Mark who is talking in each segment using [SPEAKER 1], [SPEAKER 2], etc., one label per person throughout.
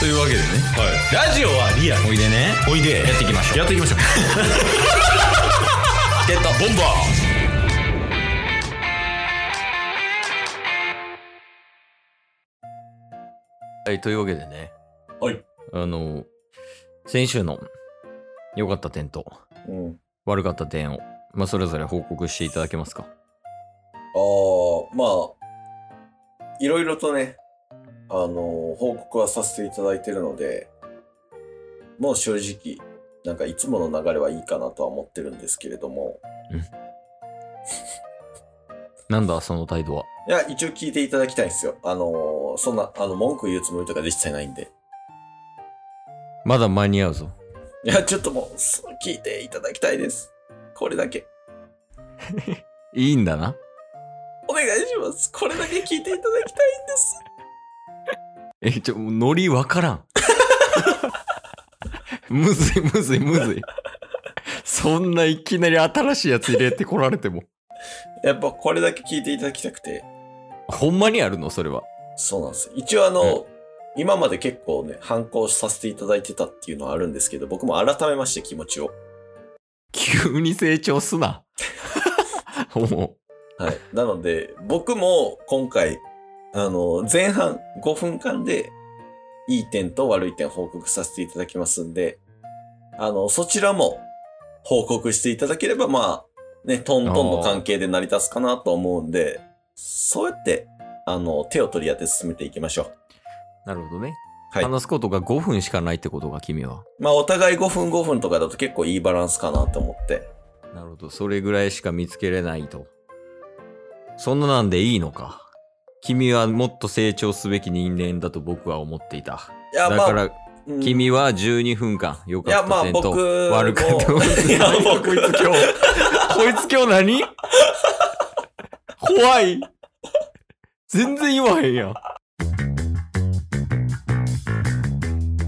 [SPEAKER 1] というわけでね
[SPEAKER 2] はい。ラジオはリアル。
[SPEAKER 1] おいでね
[SPEAKER 2] おいで。
[SPEAKER 1] やっていきましょう
[SPEAKER 2] やって いきましょう。
[SPEAKER 1] ゲットボンバーはいというわけでね
[SPEAKER 2] はい
[SPEAKER 1] あの先週の良かった点と
[SPEAKER 2] うん。
[SPEAKER 1] 悪かった点をまあそれぞれ報告していただけますか
[SPEAKER 2] ああ、まあ、いろいろとね、あのー報告はさせていただいてるので、もう正直、なんかいつもの流れはいいかなとは思ってるんですけれども、
[SPEAKER 1] なんだその態度はい
[SPEAKER 2] や、一応聞いていただきたいんですよ。あのーそんな、あの、文句言うつもりとか実際ないんで。
[SPEAKER 1] まだ間に合うぞ
[SPEAKER 2] いや、ちょっともう、そう聞いていただきたいです。これだけ。
[SPEAKER 1] いいんだな
[SPEAKER 2] お願いします。これだけ聞いていただきたいんです。
[SPEAKER 1] えちょノリわからん むずいむずいむずいそんないきなり新しいやつ入れてこられても
[SPEAKER 2] やっぱこれだけ聞いていただきたくて。
[SPEAKER 1] ほんまにあるのそれは
[SPEAKER 2] そうなんです。一応あの、今まで結構ね、反抗させていただいてたっていうのはあるんですけど、僕も改めまして気持ちを。
[SPEAKER 1] 急に成長すな も
[SPEAKER 2] はい。なので、僕も今回、あの、前半5分間で、いい点と悪い点報告させていただきますんで、あの、そちらも報告していただければ、まあ、ね、トントンの関係で成り立つかなと思うんで、そうやって、あの、手を取り合って進めていきましょう。
[SPEAKER 1] うなるほどね、
[SPEAKER 2] はい
[SPEAKER 1] 話すことが5分しかないってことが君は
[SPEAKER 2] まあ、お互い5分5分とかだと結構いいバランスかなと思って。
[SPEAKER 1] なるほどそれぐらいしか見つけれないとそんななんでいいのか君はもっと成長すべき人間だと僕は思っていた
[SPEAKER 2] いや、
[SPEAKER 1] だ
[SPEAKER 2] まあ、
[SPEAKER 1] から
[SPEAKER 2] うん
[SPEAKER 1] 君は12分間良
[SPEAKER 2] い
[SPEAKER 1] かっ
[SPEAKER 2] や、ま
[SPEAKER 1] た
[SPEAKER 2] あ
[SPEAKER 1] 点と
[SPEAKER 2] 僕も、
[SPEAKER 1] 悪かった点を
[SPEAKER 2] い や、僕
[SPEAKER 1] こいつ今日こいつ今日何怖い全然言わへんやん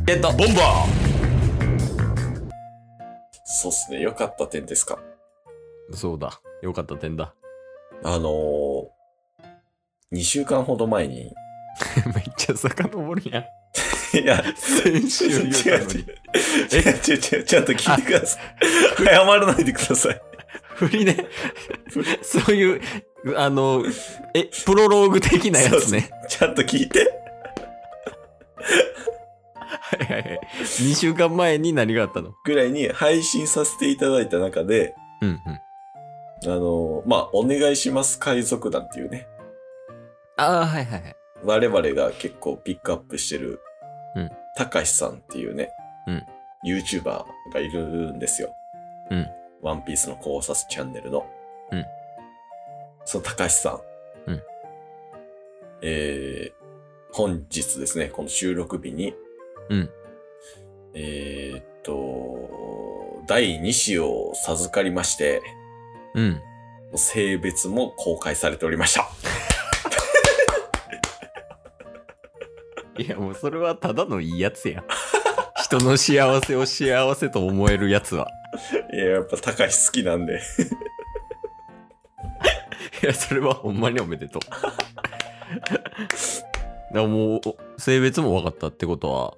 [SPEAKER 1] ゲットボンバ
[SPEAKER 2] そうっすね、良かった点ですか。
[SPEAKER 1] ーそうだ良かった点だ
[SPEAKER 2] あのー、2週間ほど 前に、
[SPEAKER 1] めっちゃ遡るやん
[SPEAKER 2] いや、
[SPEAKER 1] 先
[SPEAKER 2] 違う
[SPEAKER 1] 週
[SPEAKER 2] 違う違
[SPEAKER 1] 言うた
[SPEAKER 2] う
[SPEAKER 1] のに
[SPEAKER 2] 違う違う、ちゃんと聞いてください。 謝らないでください。
[SPEAKER 1] 振りねそういうあのえプロローグ的なやつね
[SPEAKER 2] ちゃんと聞いて。
[SPEAKER 1] はいはいはい2週間前に何があったの
[SPEAKER 2] ぐらいに配信させていただいた中で、
[SPEAKER 1] うんうん
[SPEAKER 2] あのー、まあ、お願いします海賊団っていうね、
[SPEAKER 1] ああはいはいはい
[SPEAKER 2] 我々が結構ピックアップしてる
[SPEAKER 1] うん、
[SPEAKER 2] たかしさんっていうね、
[SPEAKER 1] うん、
[SPEAKER 2] YouTuber がいるんですよ。
[SPEAKER 1] うん。
[SPEAKER 2] ワンピースの考察チャンネルの。
[SPEAKER 1] うん。
[SPEAKER 2] そのたかしさん。
[SPEAKER 1] うん。
[SPEAKER 2] えー、本日ですね、この収録日に、
[SPEAKER 1] うん。
[SPEAKER 2] えーっと、第2子を授かりまして、
[SPEAKER 1] うん
[SPEAKER 2] 性別も公開されておりました。
[SPEAKER 1] いやもうそれはただのいいやつやん 人の幸せを幸せと思えるやつはい
[SPEAKER 2] や、やっぱたかし好きなんで。
[SPEAKER 1] いやそれはほんまにおめでとう だからもう性別も分かったってことは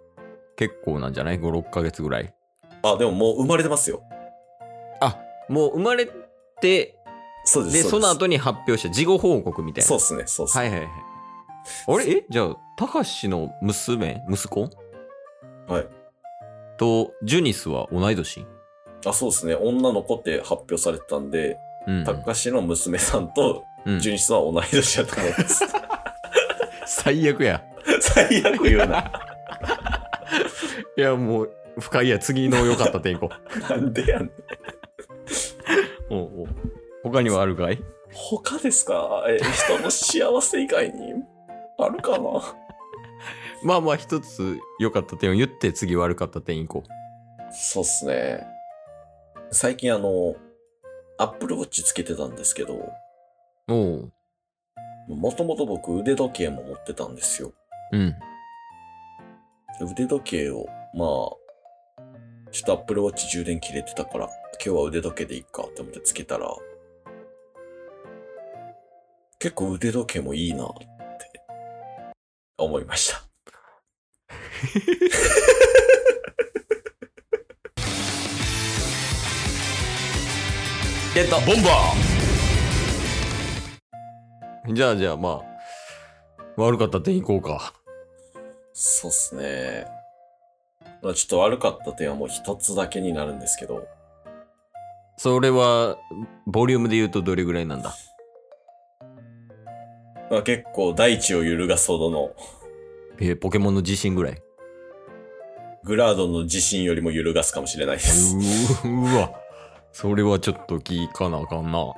[SPEAKER 1] 結構なんじゃない56ヶ月ぐらい
[SPEAKER 2] あ、でももう生まれてますよ。
[SPEAKER 1] あもう生まれて
[SPEAKER 2] そうで。
[SPEAKER 1] ですそうの
[SPEAKER 2] です
[SPEAKER 1] 後に発表した事後報告みたいな
[SPEAKER 2] そうっすね、そうっす
[SPEAKER 1] は
[SPEAKER 2] ね。
[SPEAKER 1] いはいはいあれえじゃあたかしの娘息子
[SPEAKER 2] はい。
[SPEAKER 1] とジュニスは同い年
[SPEAKER 2] あ、そうですね。女の子って発表されてたんで、
[SPEAKER 1] うん
[SPEAKER 2] たかしの娘さんと
[SPEAKER 1] うん
[SPEAKER 2] 純子さんは同い年だと思い ます。
[SPEAKER 1] 最悪や
[SPEAKER 2] 最悪言うな。
[SPEAKER 1] いやもう深いや次の良かった点行こ
[SPEAKER 2] なんでやねん。
[SPEAKER 1] う おうおう他にはあるかい
[SPEAKER 2] 他ですかえ、人の幸せ以外にあるかな
[SPEAKER 1] まあまあ一つ良かった点を言って次悪かった点行こ
[SPEAKER 2] そうっすね。最近あの、アップルウォッチつけてたんですけど、
[SPEAKER 1] うおう
[SPEAKER 2] もともと僕腕時計も持ってたんですよ。
[SPEAKER 1] うん
[SPEAKER 2] 腕時計を、まあ、ちょっとアップルウォッチ充電切れてたから、今日は腕時計でいいかって思ってつけたら、結構腕時計もいいなって思いました。ゲット
[SPEAKER 3] ボンバ
[SPEAKER 1] じゃあじゃあまあ、悪かった点いこうか。
[SPEAKER 2] そうっすね。まあちょっと悪かった点はもう一つだけになるんですけど、
[SPEAKER 1] それは、ボリュームで言うとどれぐらいなんだ
[SPEAKER 2] まあ、結構大地を揺るがすほどの、
[SPEAKER 1] えーポケモンの地震ぐらい。
[SPEAKER 2] グラードンの地震よりも揺るがすかもしれないです。
[SPEAKER 1] うーうわ。それはちょっと聞かなあかんな。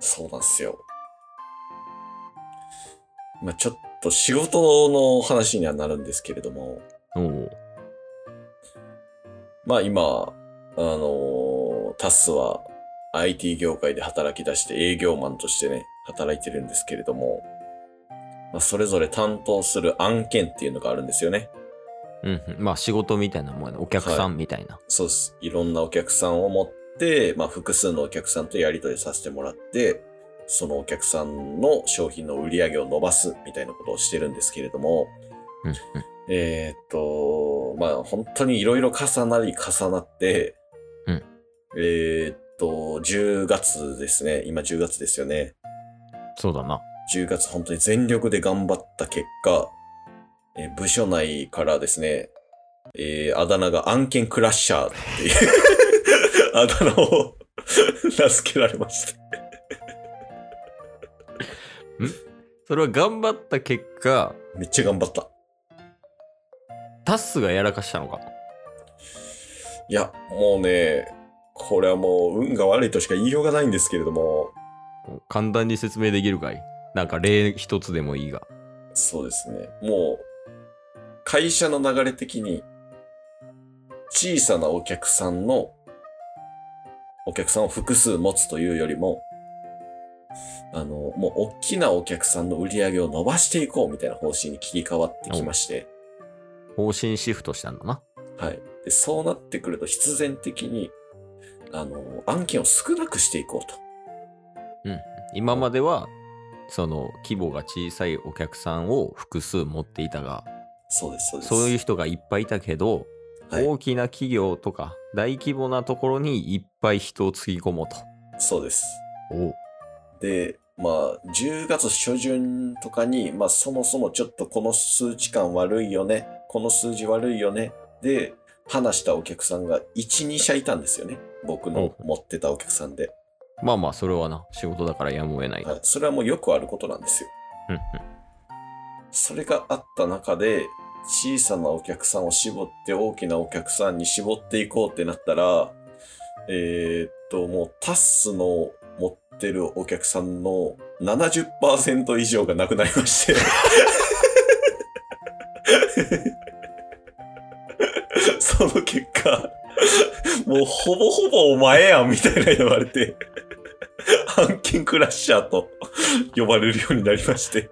[SPEAKER 2] そうなんですよ。まあちょっと仕事の話にはなるんですけれども、
[SPEAKER 1] おう
[SPEAKER 2] まあ今、あのータスは IT 業界で働き出して営業マンとしてね、働いてるんですけれども、まあそれぞれ担当する案件っていうのがあるんですよね。
[SPEAKER 1] うんうん。まあ仕事みたいなもんやな。お客さんみたいな。
[SPEAKER 2] そうです。いろんなお客さんを持って、まあ、複数のお客さんとやり取りさせてもらって、そのお客さんの商品の売り上げを伸ばすみたいなことをしてるんですけれども、
[SPEAKER 1] うんうん
[SPEAKER 2] えーっと、まあ、本当にいろいろ重なり重なって、
[SPEAKER 1] うん
[SPEAKER 2] えーっと、10月ですね。今10月ですよね。
[SPEAKER 1] そうだな。
[SPEAKER 2] 10月本当に全力で頑張った結果、えー部署内からですね、えーあだ名が案件クラッシャーっていう あだ名を名付けられました。
[SPEAKER 1] それは頑張った結果、
[SPEAKER 2] めっちゃ頑張った。
[SPEAKER 1] タッスがやらかしたのか。
[SPEAKER 2] いや、もうね、これはもう運が悪いとしか言いようがないんですけれども、
[SPEAKER 1] 簡単に説明できるかいなんか例一つでもいいが。
[SPEAKER 2] そうですね。もう、会社の流れ的に、小さなお客さんの、お客さんを複数持つというよりも、あの、もう大きなお客さんの売り上げを伸ばしていこうみたいな方針に切り替わってきまして、
[SPEAKER 1] 方針シフトしたんだな。
[SPEAKER 2] はい。で、そうなってくると必然的に、あの、案件を少なくしていこうと。
[SPEAKER 1] 今までは、その規模が小さいお客さんを複数持っていたが、
[SPEAKER 2] そうです、そうです。
[SPEAKER 1] そういう人がいっぱいいたけど、
[SPEAKER 2] はい
[SPEAKER 1] 大きな企業とか大規模なところにいっぱい人をつぎ込もうと。
[SPEAKER 2] そうです。
[SPEAKER 1] お
[SPEAKER 2] で、まあ、10月初旬とかに、まあ、そもそもちょっとこの数値感悪いよね、この数字悪いよね、で、話したお客さんが1、2社いたんですよね。僕の持ってたお客さんで。
[SPEAKER 1] まあまあ、それはな、仕事だからやむを得ない。
[SPEAKER 2] はい、それはもうよくあることなんですよ。
[SPEAKER 1] うんうん
[SPEAKER 2] それがあった中で、小さなお客さんを絞って大きなお客さんに絞っていこうってなったら、えーっと、もうタッスの持ってるお客さんの70%以上がなくなりまして。 その結果、もうほぼほぼお前やんみたいな言われて、 案件クラッシャーと呼ばれるようになりまして。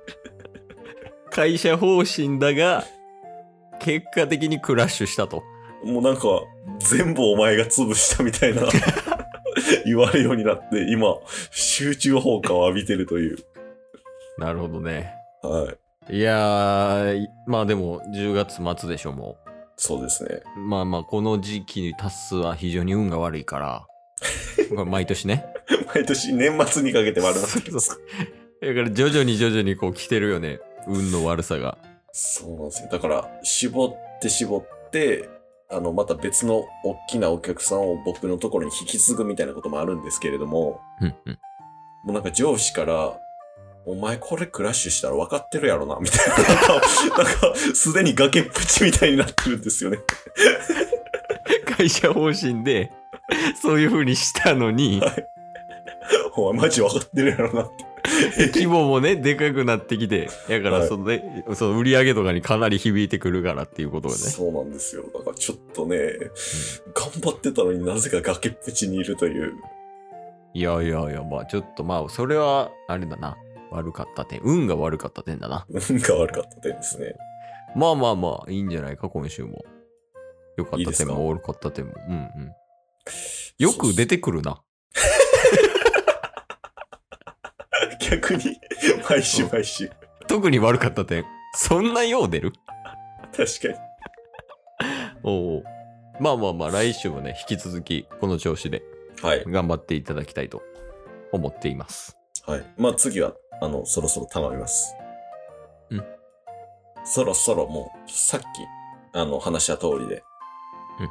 [SPEAKER 1] 会社方針だが、結果的にクラッシュしたと。
[SPEAKER 2] もうなんか、全部お前が潰したみた いな、言われるようになって、今、集中砲火を浴びてるという。
[SPEAKER 1] なるほどね。
[SPEAKER 2] はい。
[SPEAKER 1] いやー、いまあでも、10月末でしょ、もう。
[SPEAKER 2] そうですね。
[SPEAKER 1] まあまあこの時期にタスは非常に運が悪いからこれ毎年ね
[SPEAKER 2] 毎年年末にかけて悪なってる
[SPEAKER 1] そ
[SPEAKER 2] んで
[SPEAKER 1] う
[SPEAKER 2] す
[SPEAKER 1] そうだから徐々に徐々にこう来てるよね運の悪さが
[SPEAKER 2] そうなんですよ。だから、絞って絞って、あの、また別の大きなお客さんを僕のところに引き継ぐみたいなこともあるんですけれども、
[SPEAKER 1] うんうん
[SPEAKER 2] もうなんか上司から、お前これクラッシュしたら分かってるやろな、みたいな。なんか、なんかすでに崖っぷちみたいになってるんですよね。
[SPEAKER 1] 会社方針でそういう風にしたのに
[SPEAKER 2] お前マジ分かってるやろなって。
[SPEAKER 1] 規模もねでかくなってきてだからその,、ねその売り上げとかにかなり響いてくるからっていうことをね
[SPEAKER 2] そうなんですよ。だからちょっとね、頑張ってたのになぜか崖っぷちにいるという。
[SPEAKER 1] いやいやいやまあちょっとまあそれはあれだな悪かった点運が悪かった点だな
[SPEAKER 2] 運が悪かった点ですね。
[SPEAKER 1] まあまあまあ、いいんじゃないか、今週も。良か
[SPEAKER 2] いい
[SPEAKER 1] った
[SPEAKER 2] です
[SPEAKER 1] 点
[SPEAKER 2] か
[SPEAKER 1] も悪かった点も。うんうん。よく出てくるな。
[SPEAKER 2] 逆に、毎週毎週。
[SPEAKER 1] 特に悪かった点。そんなよう出る
[SPEAKER 2] 確かに。
[SPEAKER 1] おうおうまあまあまあ、来週もね、引き続き、この調子で
[SPEAKER 2] はい。
[SPEAKER 1] 頑張っていただきたいと思っています。
[SPEAKER 2] はい。まあ次は、あの、そろそろ頼みます。
[SPEAKER 1] うん。
[SPEAKER 2] そろそろもう、さっき、あの、話した通りで。
[SPEAKER 1] うん。